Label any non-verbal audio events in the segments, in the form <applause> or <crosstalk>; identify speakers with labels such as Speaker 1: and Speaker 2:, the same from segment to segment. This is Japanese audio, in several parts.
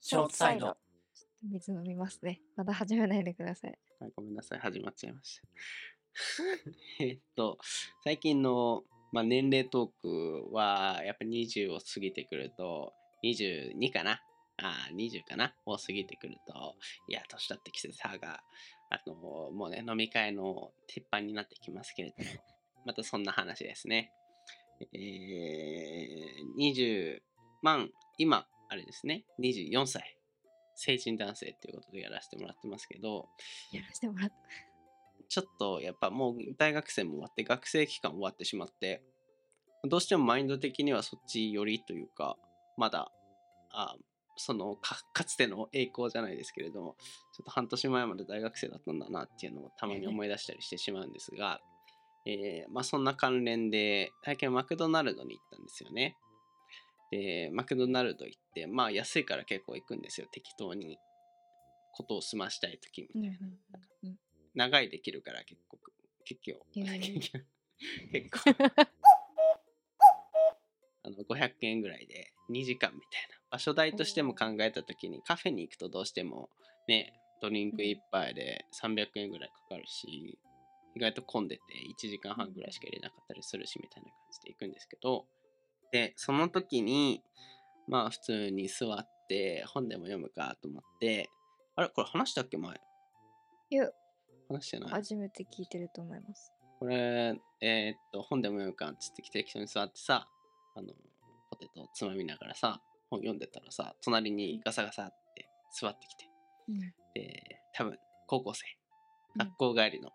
Speaker 1: ショートサイド。
Speaker 2: 水飲みますね。まだ始めないでください。
Speaker 1: はい、ごめんなさい、始まっちゃいました。 <laughs> えっと、最近の、まあ、年齢トークは、やっぱ20を過ぎてくると、22かなあー20かなを過ぎてくると、いや、年だって季節派が、あの、もうね、飲み会の鉄板になってきますけれども、またそんな話ですね。えー、20万、今、あれですね、24歳、成人男性っていうことでやらせてもらってますけど、
Speaker 2: やらせてもらった。
Speaker 1: ちょっとやっぱもう大学生も終わって学生期間終わってしまってどうしてもマインド的にはそっち寄りというかまだあそのかかつての栄光じゃないですけれどもちょっと半年前まで大学生だったんだなっていうのをたまに思い出したりしてしまうんですが、えーまあ、そんな関連で最近マクドナルドに行ったんですよね。でマクドナルド行ってまあ安いから結構行くんですよ適当にことを済ましたい時みたいな。
Speaker 2: うんうんうんうん
Speaker 1: 長いできるから結構結局
Speaker 2: へえ
Speaker 1: <laughs> 結局結構あの500円ぐらいで2時間みたいな場所代としても考えた時にカフェに行くとどうしてもねドリンク1杯で300円ぐらいかかるし意外と混んでて1時間半ぐらいしか入れなかったりするしみたいな感じで行くんですけどでその時にまあ普通に座って本でも読むかと思ってあれこれ話したっけ前
Speaker 2: いや、
Speaker 1: 話してない
Speaker 2: 初めて聞いてると思います。
Speaker 1: これ、えーっと、本でも読むかっつって適当に座ってさ、あの、ポテトをつまみながらさ、本読んでたらさ、隣にガサガサって座ってきて、
Speaker 2: うん
Speaker 1: で、多分、高校生、
Speaker 2: うん
Speaker 1: 学校帰りの、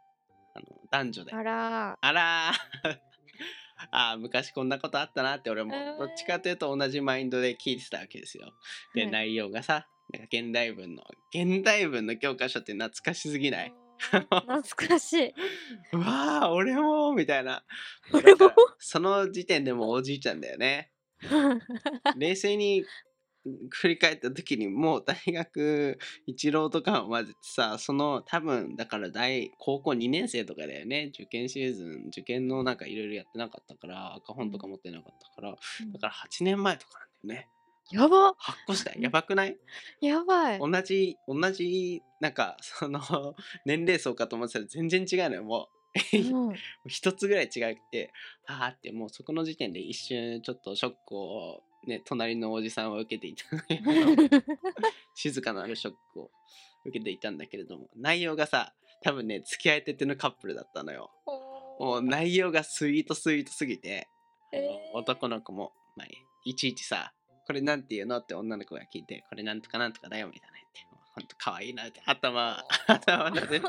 Speaker 1: あの、男女で、
Speaker 2: あらー、
Speaker 1: あらー <laughs> あー昔こんなことあったなって俺も
Speaker 2: あー
Speaker 1: どっちかというと同じマインドで聞いてたわけですよ。で、
Speaker 2: はい
Speaker 1: 内容がさ、なんか現代文の、現代文の教科書って懐かしすぎない
Speaker 2: 懐かし
Speaker 1: <laughs>
Speaker 2: い。
Speaker 1: うわあ俺もみたいな
Speaker 2: 俺も
Speaker 1: だからその時点でもうおじいちゃんだよ
Speaker 2: <laughs>
Speaker 1: ね冷静に振り返った時にもう大学一浪とかを混ぜてさその多分だから大高校2年生とかだよね受験シーズン受験のなんかいろいろやってなかったから赤本とか持ってなかったからだから8年前とかなんだよね
Speaker 2: やば、
Speaker 1: 8個下やばくない
Speaker 2: やばい。
Speaker 1: 同じ同じなんかその <laughs> 年齢層かと思ってたら全然違うのよもう
Speaker 2: うん
Speaker 1: <laughs> 一つぐらい違ってああってもうそこの時点で一瞬ちょっとショックをね隣のおじさんは受けていたんだけど
Speaker 2: <laughs>
Speaker 1: 静かなるショックを受けていたんだけれども内容がさ多分ね付き合いててのカップルだったのよもう内容がスイートスイートすぎて、あの
Speaker 2: えー
Speaker 1: 男の子も、まあ、いちいちさ「これなんて言うの?」って女の子が聞いて「これなんとかなんとかだよ」みたいな言ってもうほんとかわいいなって頭頭なでて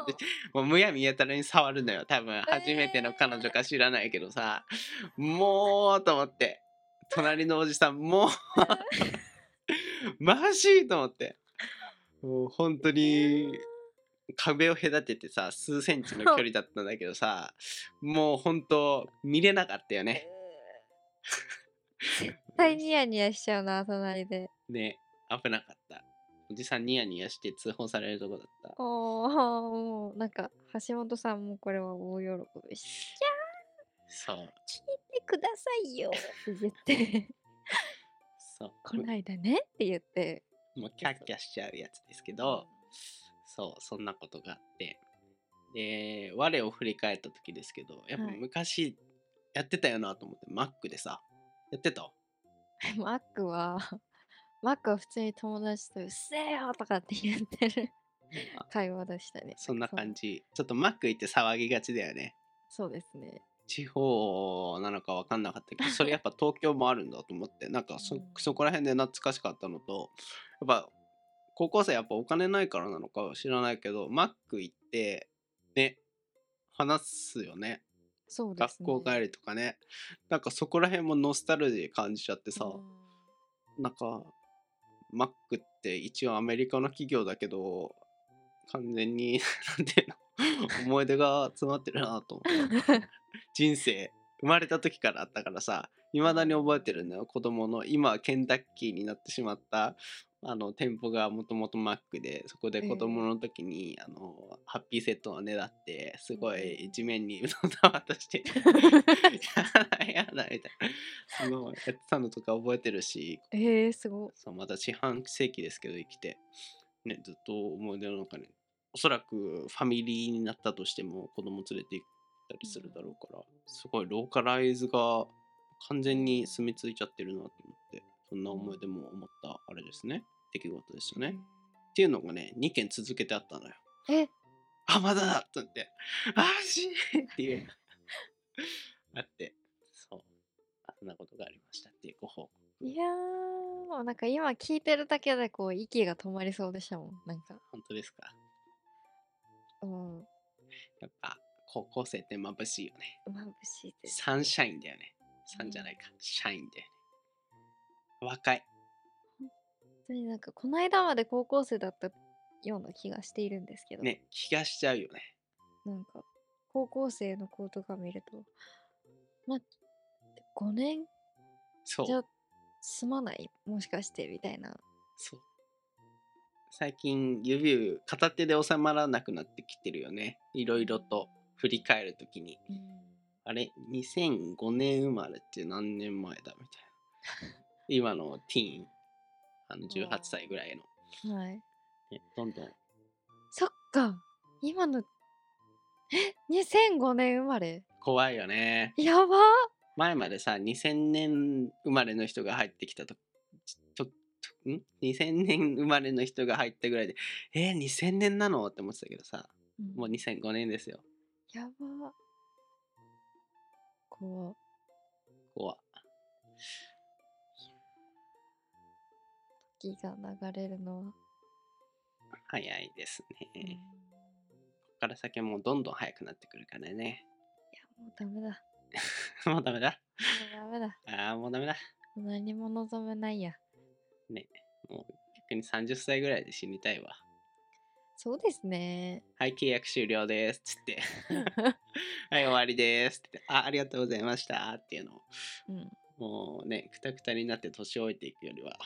Speaker 1: もうむやみやたらに触るのよ多分初めての彼女か知らないけどさ、もうと思って隣のおじさんもうマジと思ってもう本当に壁を隔ててさ数センチの距離だったんだけどさもう本当見れなかったよね。
Speaker 2: 絶対ニヤニヤしちゃうな、隣で。
Speaker 1: ね危なかった。おじさんニヤニヤして通報されるとこだった。
Speaker 2: おー、もう、なんか、橋本さんもこれは大喜びしちゃ
Speaker 1: そう
Speaker 2: ってくださいよって言
Speaker 1: <laughs>
Speaker 2: って、
Speaker 1: そう
Speaker 2: この間ねって言って。
Speaker 1: もうキャッキャしちゃうやつですけど、そう、そんなことがあって。で、我を振り返った時ですけど、やっぱ
Speaker 2: はい
Speaker 1: 昔やってたよなと思って、マックでさ、やってた
Speaker 2: マックは、マックは普通に友達とうっせえよとかって言ってる
Speaker 1: あ
Speaker 2: 会話でしたね。
Speaker 1: そんな感
Speaker 2: じ。
Speaker 1: じ。ちょっとマック行って騒ぎがちだよね。
Speaker 2: そうですね。
Speaker 1: 地方なのか分かんなかった
Speaker 2: <laughs>
Speaker 1: けどそれやっぱ東京もあるんだと思ってなんかそ
Speaker 2: うん
Speaker 1: そこら辺で懐かしかったのとやっぱ高校生やっぱお金ないからなのかは知らないけどマック行ってね話すよね
Speaker 2: そうです
Speaker 1: 学
Speaker 2: ね。
Speaker 1: 校帰りとかねなんかそこら辺もノスタルジー感じちゃってさ、
Speaker 2: うん
Speaker 1: なんかマックって一応アメリカの企業だけど完全に <laughs> なんていうの思い出が詰まってるなと思って人生生まれた時からあったからさいまだに覚えてるのよ子供の今はケンタッキーになってしまったあの店舗がもともとマックでそこで子供の時に、あのハッピーセットをねだってすごい地面にう <laughs> どんたわたして「やだやだ」みたいなすごいやってたのとか覚えてるし
Speaker 2: <laughs> えー、すごい。
Speaker 1: そうまた四半世紀ですけど生きて、ね、ずっと思い出の中におそらくファミリーになったとしても子供連れて行ったりするだろうからすごいローカライズが完全に住み着いちゃってるなと思ってそんな思い出も思ったあれですね出来事でしたねっていうのがね2件続けてあったのよ
Speaker 2: え
Speaker 1: あまだだと思ってあしっていう <laughs> あってそうそんなことがありましたっていうご報告
Speaker 2: いやー、もうなんか今聞いてるだけでこう息が止まりそうでしたもん。なんか、
Speaker 1: 本当ですか
Speaker 2: うん、
Speaker 1: やっぱ高校生って眩しいよね。
Speaker 2: 眩しいです。
Speaker 1: サンシャインだよね。サンじゃないか。シャインだよね。若い。
Speaker 2: 本当になんか、この間まで高校生だったような気がしているんですけど、
Speaker 1: ね、気がしちゃうよね。
Speaker 2: なんか、高校生の子とか見ると、ま、5年
Speaker 1: そう。
Speaker 2: じゃ済まないもしかしてみたいな。
Speaker 1: そう最近指を片手で収まらなくなってきてるよね。いろいろと振り返るときに。あれ ?2005 年生まれって何年前だみたいな。
Speaker 2: <laughs>
Speaker 1: 今のティーン。あの18歳ぐらいの。
Speaker 2: はい。
Speaker 1: ね、どんどん。
Speaker 2: そっか今の、え ?2005 年生まれ
Speaker 1: 怖いよね。
Speaker 2: やば
Speaker 1: 前までさ2000年生まれの人が入ってきたとととん2000年生まれの人が入ったぐらいでえー、2000年なのって思ってたけどさもう2005年ですよ
Speaker 2: やば怖っ
Speaker 1: 怖
Speaker 2: 時が流れるのは。
Speaker 1: 早いです
Speaker 2: うんいや
Speaker 1: ねここから先はもうどんどん早くなってくるからね <laughs>
Speaker 2: もうダメだ。
Speaker 1: もうダメだ
Speaker 2: もうダメだ。
Speaker 1: ああもうダメだ
Speaker 2: もう何も望めないや。
Speaker 1: もう逆に30歳ぐらいで死にたいわ
Speaker 2: そうです
Speaker 1: <laughs>
Speaker 2: ね。
Speaker 1: はい契約終了ですつって <laughs> はい終わりですってあありがとうございましたっていうのを
Speaker 2: うん。
Speaker 1: もうね、くたくたになって年老いていくよりは、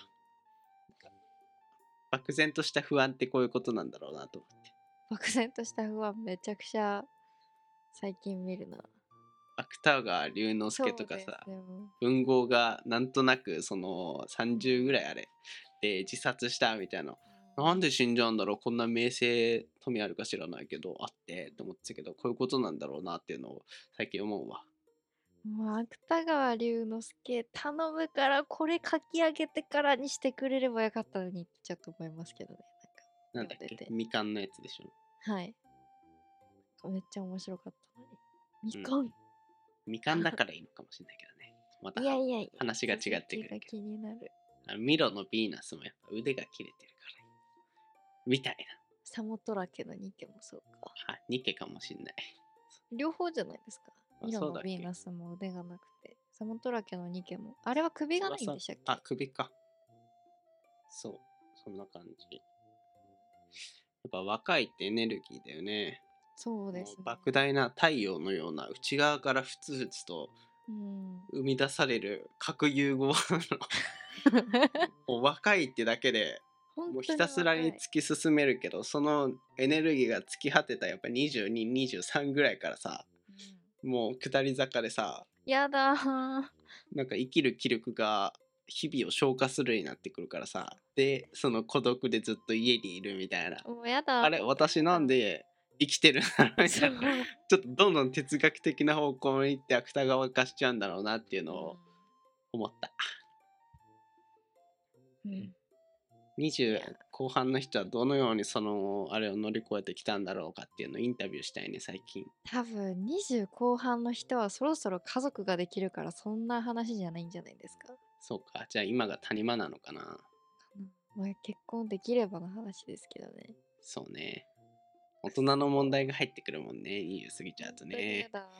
Speaker 1: 漠然とした不安ってこういうことなんだろうなと思って。
Speaker 2: 漠然とした不安めちゃくちゃ最近見るな。
Speaker 1: 芥川龍之介とか
Speaker 2: そう
Speaker 1: さ
Speaker 2: で、すねもう
Speaker 1: 文豪がなんとなくその30ぐらいあれで自殺したみたいな。なんで死んじゃうんだろうこんな名声富あるか知らないけどあってと思ってたけどこういうことなんだろうなっていうのを最近思うわ
Speaker 2: もう芥川龍之介頼むからこれ書き上げてからにしてくれればよかったのにってちょっと思いますけどね。
Speaker 1: なんだっ
Speaker 2: 出
Speaker 1: け
Speaker 2: て
Speaker 1: みかんのやつでしょ
Speaker 2: なんかはい。めっちゃ面白かったのに。
Speaker 1: うん
Speaker 2: みかん、
Speaker 1: みかんだからいいのかもしれないけどねまた
Speaker 2: いやいやいや
Speaker 1: 話が違ってくるけ
Speaker 2: 続
Speaker 1: ど
Speaker 2: きが気になる。
Speaker 1: あのミロのヴィーナスもやっぱ腕が切れてるからみたい
Speaker 2: サモトラケのニケもそうか。
Speaker 1: な。あ、ニケかもしんない。
Speaker 2: 両方じゃないですか。
Speaker 1: あ
Speaker 2: ミロ
Speaker 1: そう
Speaker 2: の
Speaker 1: だ
Speaker 2: ヴ
Speaker 1: っけ
Speaker 2: ィーナスも腕がなくて、サモトラケのニケも。あれは首がないんでしたっけ
Speaker 1: あ、首か。そう、そんな感じ。やっぱ若いってエネルギーだよね。
Speaker 2: そうです
Speaker 1: も
Speaker 2: ね
Speaker 1: う。莫大な太陽のような内側からふつふつと
Speaker 2: うん。
Speaker 1: 生み出される核融
Speaker 2: <laughs>
Speaker 1: 合のもう若いってだけで
Speaker 2: 本
Speaker 1: も
Speaker 2: 当
Speaker 1: うひたすらに
Speaker 2: 若い
Speaker 1: 突き進めるけどそのエネルギーが突き果てたやっぱ2223ぐらいからさ
Speaker 2: うん
Speaker 1: もう下り坂でさ
Speaker 2: やだー。
Speaker 1: なんか生きる気力が日々を消化するようになってくるからさでその孤独でずっと家にいるみたいな
Speaker 2: もうやだ。 <laughs>
Speaker 1: あれ私なんで生きてるんだろうみ
Speaker 2: そ
Speaker 1: た
Speaker 2: う
Speaker 1: いなちょっとどんどん哲学的な方向に行って芥川化しちゃうんだろうなっていうのを思った
Speaker 2: うん
Speaker 1: 20後半の人はどのようにそのあれを乗り越えてきたんだろうかっていうのをインタビューしたいね最近
Speaker 2: 多分20後半の人はそろそろ家族ができるからそんな話じゃないんじゃないですか。
Speaker 1: そうかじゃあ今が谷間なのかな
Speaker 2: まあ、結婚できればの話ですけどね。
Speaker 1: そうね大人の問題が入ってくるもんね20過ぎちゃうとね
Speaker 2: 本当にやだ。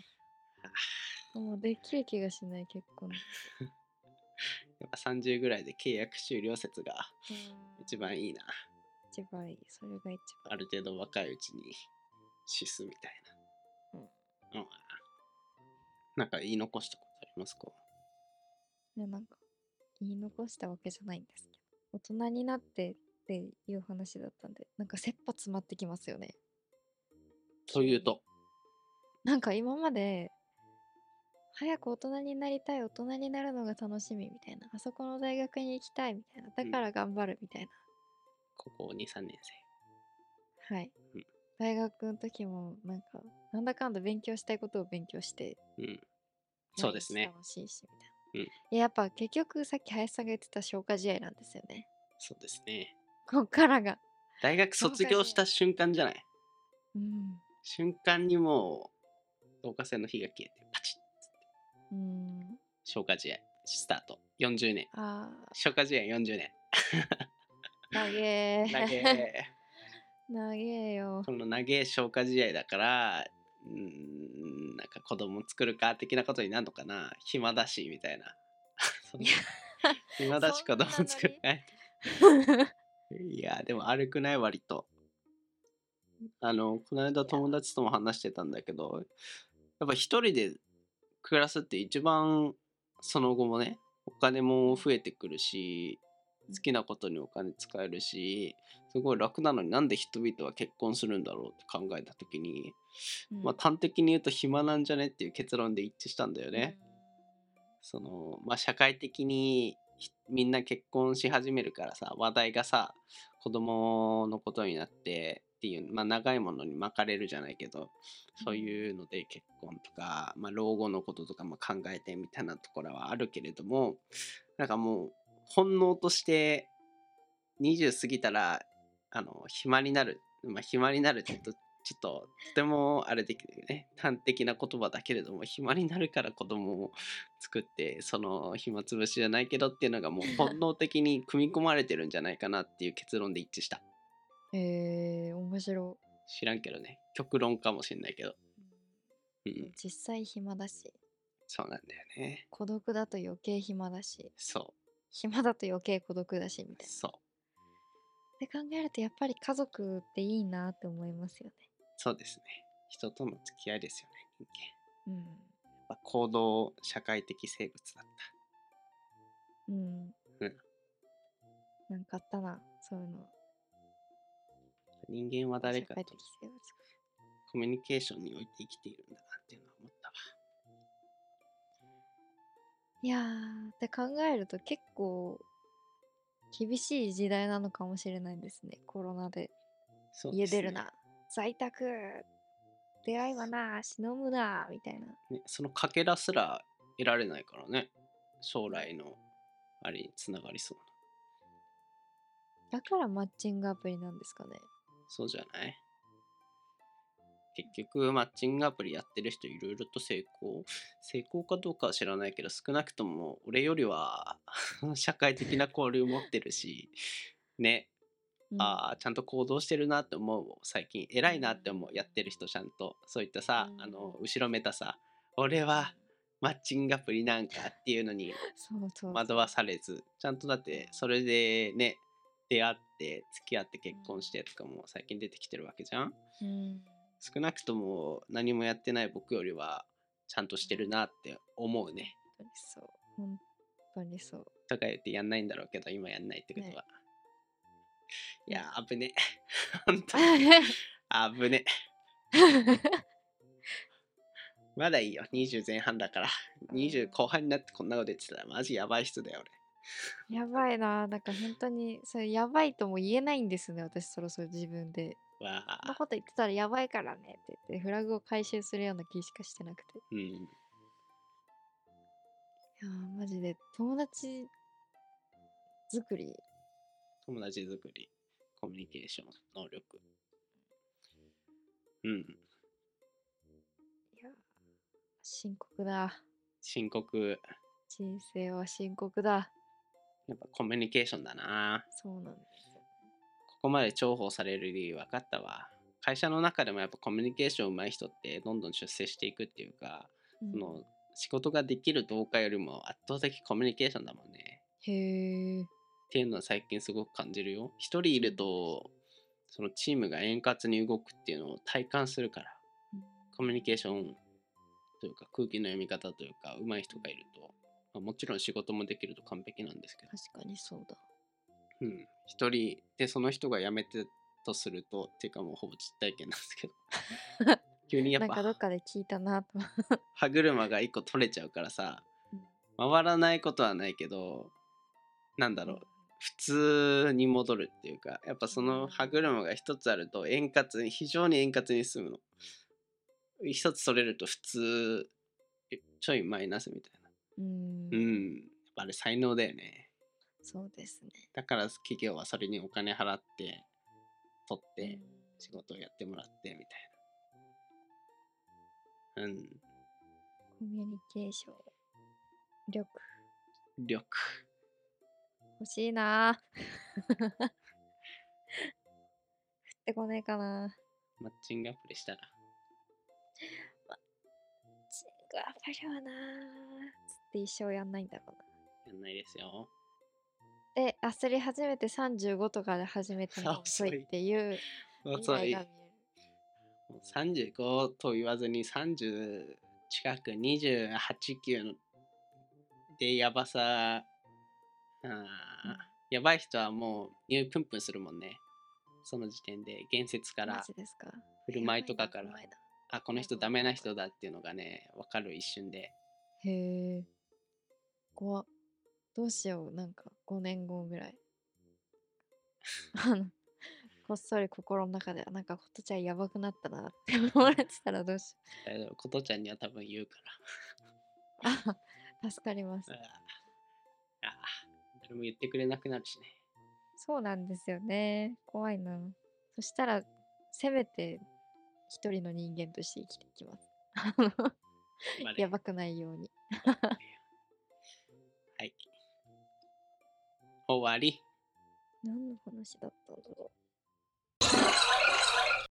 Speaker 2: もうできる気がしない結婚。
Speaker 1: やっぱ30ぐらいで契約終了説が一番いいな。
Speaker 2: 一番いい。それが一
Speaker 1: ある程度若いうちに死すみたいな。うん。なんか言い残したことありますか
Speaker 2: ねなんか言い残したわけじゃないんですけど大人になってっていう話だったんでなんか切羽詰まってきますよね
Speaker 1: というと、
Speaker 2: なんか今まで早く大人になりたい大人になるのが楽しみみたいなあそこの大学に行きたいみたいなだから頑張るみたいな、
Speaker 1: ここ2、3年
Speaker 2: はい
Speaker 1: うん
Speaker 2: 大学の時もなんかなんだかんだ勉強したいことを勉強して
Speaker 1: 生。うん。そうですね
Speaker 2: 毎日楽しいし
Speaker 1: うん
Speaker 2: みたいな、いややっぱ結局さっき林さんが言ってた消化試合なんですよね <laughs>
Speaker 1: そうですね。
Speaker 2: こっからが
Speaker 1: 大学卒業した瞬間じゃない
Speaker 2: うん
Speaker 1: 瞬間にもう、導火線の火が消えて、パチッ
Speaker 2: うん
Speaker 1: 消化試合、スタート。40年。
Speaker 2: あ
Speaker 1: 消化試合40年。
Speaker 2: ー投げ
Speaker 1: 投
Speaker 2: ー
Speaker 1: げ
Speaker 2: <laughs> 投げーよ
Speaker 1: この投げ消化試合だから、うーん、なんか子供作るか的なことになるのかな暇だし、みたいな。 <laughs> そんない
Speaker 2: や
Speaker 1: 暇だし
Speaker 2: そ
Speaker 1: 子
Speaker 2: んな
Speaker 1: 供作るかいいや、でも歩くない割と。あの、この間友達とも話してたんだけど、やっぱ一人で暮らすって一番その後もね、お金も増えてくるし、好きなことにお金使えるし、すごい楽なのになんで人々は結婚するんだろうって考えた時に、
Speaker 2: うん
Speaker 1: まあ端的に言うと暇なんじゃねっていう結論で一致したんだよね。そのまあ社会的にひみんな結婚し始めるからさ話題がさ子供のことになってっていう、まあ、長いものに巻かれるじゃないけどそういうので結婚とか、まあ、老後のこととかも考えてみたいなところはあるけれどもなんかもう本能として20過ぎたらあの暇になる、まあ、暇になるって言うとちょっととてもあれできるね端的な言葉だけれども暇になるから子供を作ってその暇つぶしじゃないけどっていうのが
Speaker 2: <laughs>
Speaker 1: もう本能的に組み込まれてるんじゃないかなっていう結論で一致した
Speaker 2: えー、面白
Speaker 1: 知らんけどね極論かもしんないけどう
Speaker 2: い
Speaker 1: ん
Speaker 2: 実際暇だし
Speaker 1: そうなんだよね
Speaker 2: 孤独だと余計暇だし
Speaker 1: そ
Speaker 2: 暇だと余計孤独だしみ
Speaker 1: う
Speaker 2: たいな
Speaker 1: そう
Speaker 2: で考えるとやっぱり家族っていいなって思いますよね
Speaker 1: そうですね人との付き合いですよね人間
Speaker 2: うん
Speaker 1: やっぱ行動社会的生物だった
Speaker 2: うん、
Speaker 1: うん
Speaker 2: なんかあったなそういうの
Speaker 1: 人間は誰か
Speaker 2: 社会
Speaker 1: と
Speaker 2: 的生物
Speaker 1: コミュニケーションにおいて生きているんだなっていうのは思ったわ
Speaker 2: いやーって考えると結構厳しい時代なのかもしれないですねコロナで
Speaker 1: そう
Speaker 2: 家
Speaker 1: ですね
Speaker 2: 出るな、在宅出会いはなしのぶなみたいな
Speaker 1: ね、そのかけらすら得られないからね将来のあれにつながりそう
Speaker 2: だからマッチングアプリなんですかね
Speaker 1: なそうじゃない結局マッチングアプリやってる人いろいろと成功成功かどうかは知らないけど少なくとも俺よりは <laughs> 社会的な交流持ってるしね、
Speaker 2: うん
Speaker 1: ああちゃんと行動してるなって思う最近偉いなって思うやってる人ちゃんとそういったさ、
Speaker 2: うん
Speaker 1: あの後ろめたさ俺はマッチングアプリなんかっていうのに
Speaker 2: そうそうそう
Speaker 1: 惑わされずちゃんとだってそれでね出会って付き合って結婚してとかも最近出てきてるわけじゃん
Speaker 2: うん
Speaker 1: 少なくとも何もやってない僕よりはちゃんとしてるなって思うね
Speaker 2: 本当にそう本当にそう
Speaker 1: とか言ってやんないんだろうけど今やんないってことは、いやー危ね <laughs> 本当に危ねまだいいよ20前半だから20後半になってこんなこと言ってたらマジやばい人だよ俺
Speaker 2: やばいななんか本当にそれやばいとも言えないんですね私そろそろ自分で
Speaker 1: わ
Speaker 2: そんな
Speaker 1: あ
Speaker 2: こと言ってたらやばいからねって言ってフラグを回収するような気しかしてなくて
Speaker 1: うん
Speaker 2: いやーマジで友達作り
Speaker 1: 友達作り、コミュニケーション、能力。うん、
Speaker 2: いやー深刻だ
Speaker 1: 深刻。
Speaker 2: 人生は深刻だ
Speaker 1: やっぱコミュニケーションだな。
Speaker 2: そうなんですよ
Speaker 1: ここまで重宝される理由分かったわ。会社の中でもやっぱコミュニケーション上手い人ってどんどん出世していくっていうか、
Speaker 2: うん
Speaker 1: その仕事ができる同化よりも圧倒的コミュニケーションだもんね。
Speaker 2: へえ
Speaker 1: っていうのは最近すごく感じるよ。一人いると、そのチームが円滑に動くっていうのを体感するから。コミュニケーションというか空気の読み方というか上手い人がいるとまあもちろん仕事もできると完璧なんですけど、
Speaker 2: 確かにそうだ。
Speaker 1: うん、一人でその人が辞めてとするとっていうかもうほぼ実体験なんです
Speaker 2: <laughs>
Speaker 1: けど急にや
Speaker 2: な
Speaker 1: っ
Speaker 2: んかどっ
Speaker 1: ぱ
Speaker 2: かで聞いたなと。 <laughs>
Speaker 1: 歯車が一個取れちゃうからさ
Speaker 2: うん
Speaker 1: 回らないことはないけどなんだろう普通に戻るっていうかやっぱその歯車が一つあると円滑に非常に円滑に進むの一つ取れると普通ちょいマイナスみたいな
Speaker 2: う。
Speaker 1: うんんやっぱあれ才能だよね
Speaker 2: そうですね。
Speaker 1: だから企業はそれにお金払って取って
Speaker 2: うん
Speaker 1: 仕事をやってもらってみたいなうん
Speaker 2: コミュニケーション力
Speaker 1: 力
Speaker 2: 欲しいな <laughs> ぁ。降ってこないかな。
Speaker 1: マッチングアプリしたら
Speaker 2: チングアプリはなぁ。つって一生やんないんだろうな。
Speaker 1: やんないですよ
Speaker 2: で、焦り始めて35とかで始め
Speaker 1: <laughs>
Speaker 2: ても遅
Speaker 1: 遅い
Speaker 2: いっていう未
Speaker 1: 遅
Speaker 2: 来
Speaker 1: い
Speaker 2: が見
Speaker 1: もう35と言わずに30近く28、9でやばさ、あー
Speaker 2: うん
Speaker 1: やばい人はもうニュープンプンするもんね。その時点で、言説か
Speaker 2: える。マ
Speaker 1: ら
Speaker 2: ジ、ですか。
Speaker 1: 振る舞いとかから
Speaker 2: やばいなや
Speaker 1: あ、この人ダメな人だっていうのがね、わかる一瞬で。
Speaker 2: ばいなへえ。怖っどうしよう、なんか5年後ぐらい。あのこっそり心の中で、なんかことちゃんやばくなったなって思われてたらどうしよう。
Speaker 1: 大丈夫ことちゃんには多分言うか
Speaker 2: あ助かります
Speaker 1: ら。。あーあー、誰も言ってくれなくなるしね。
Speaker 2: そうなんですよね。怖いな。そしたら、せめて一人の人間として生きていきます。あの
Speaker 1: まあね
Speaker 2: やばくないように。
Speaker 1: はい。終わり。
Speaker 2: 何の話だったんだろう。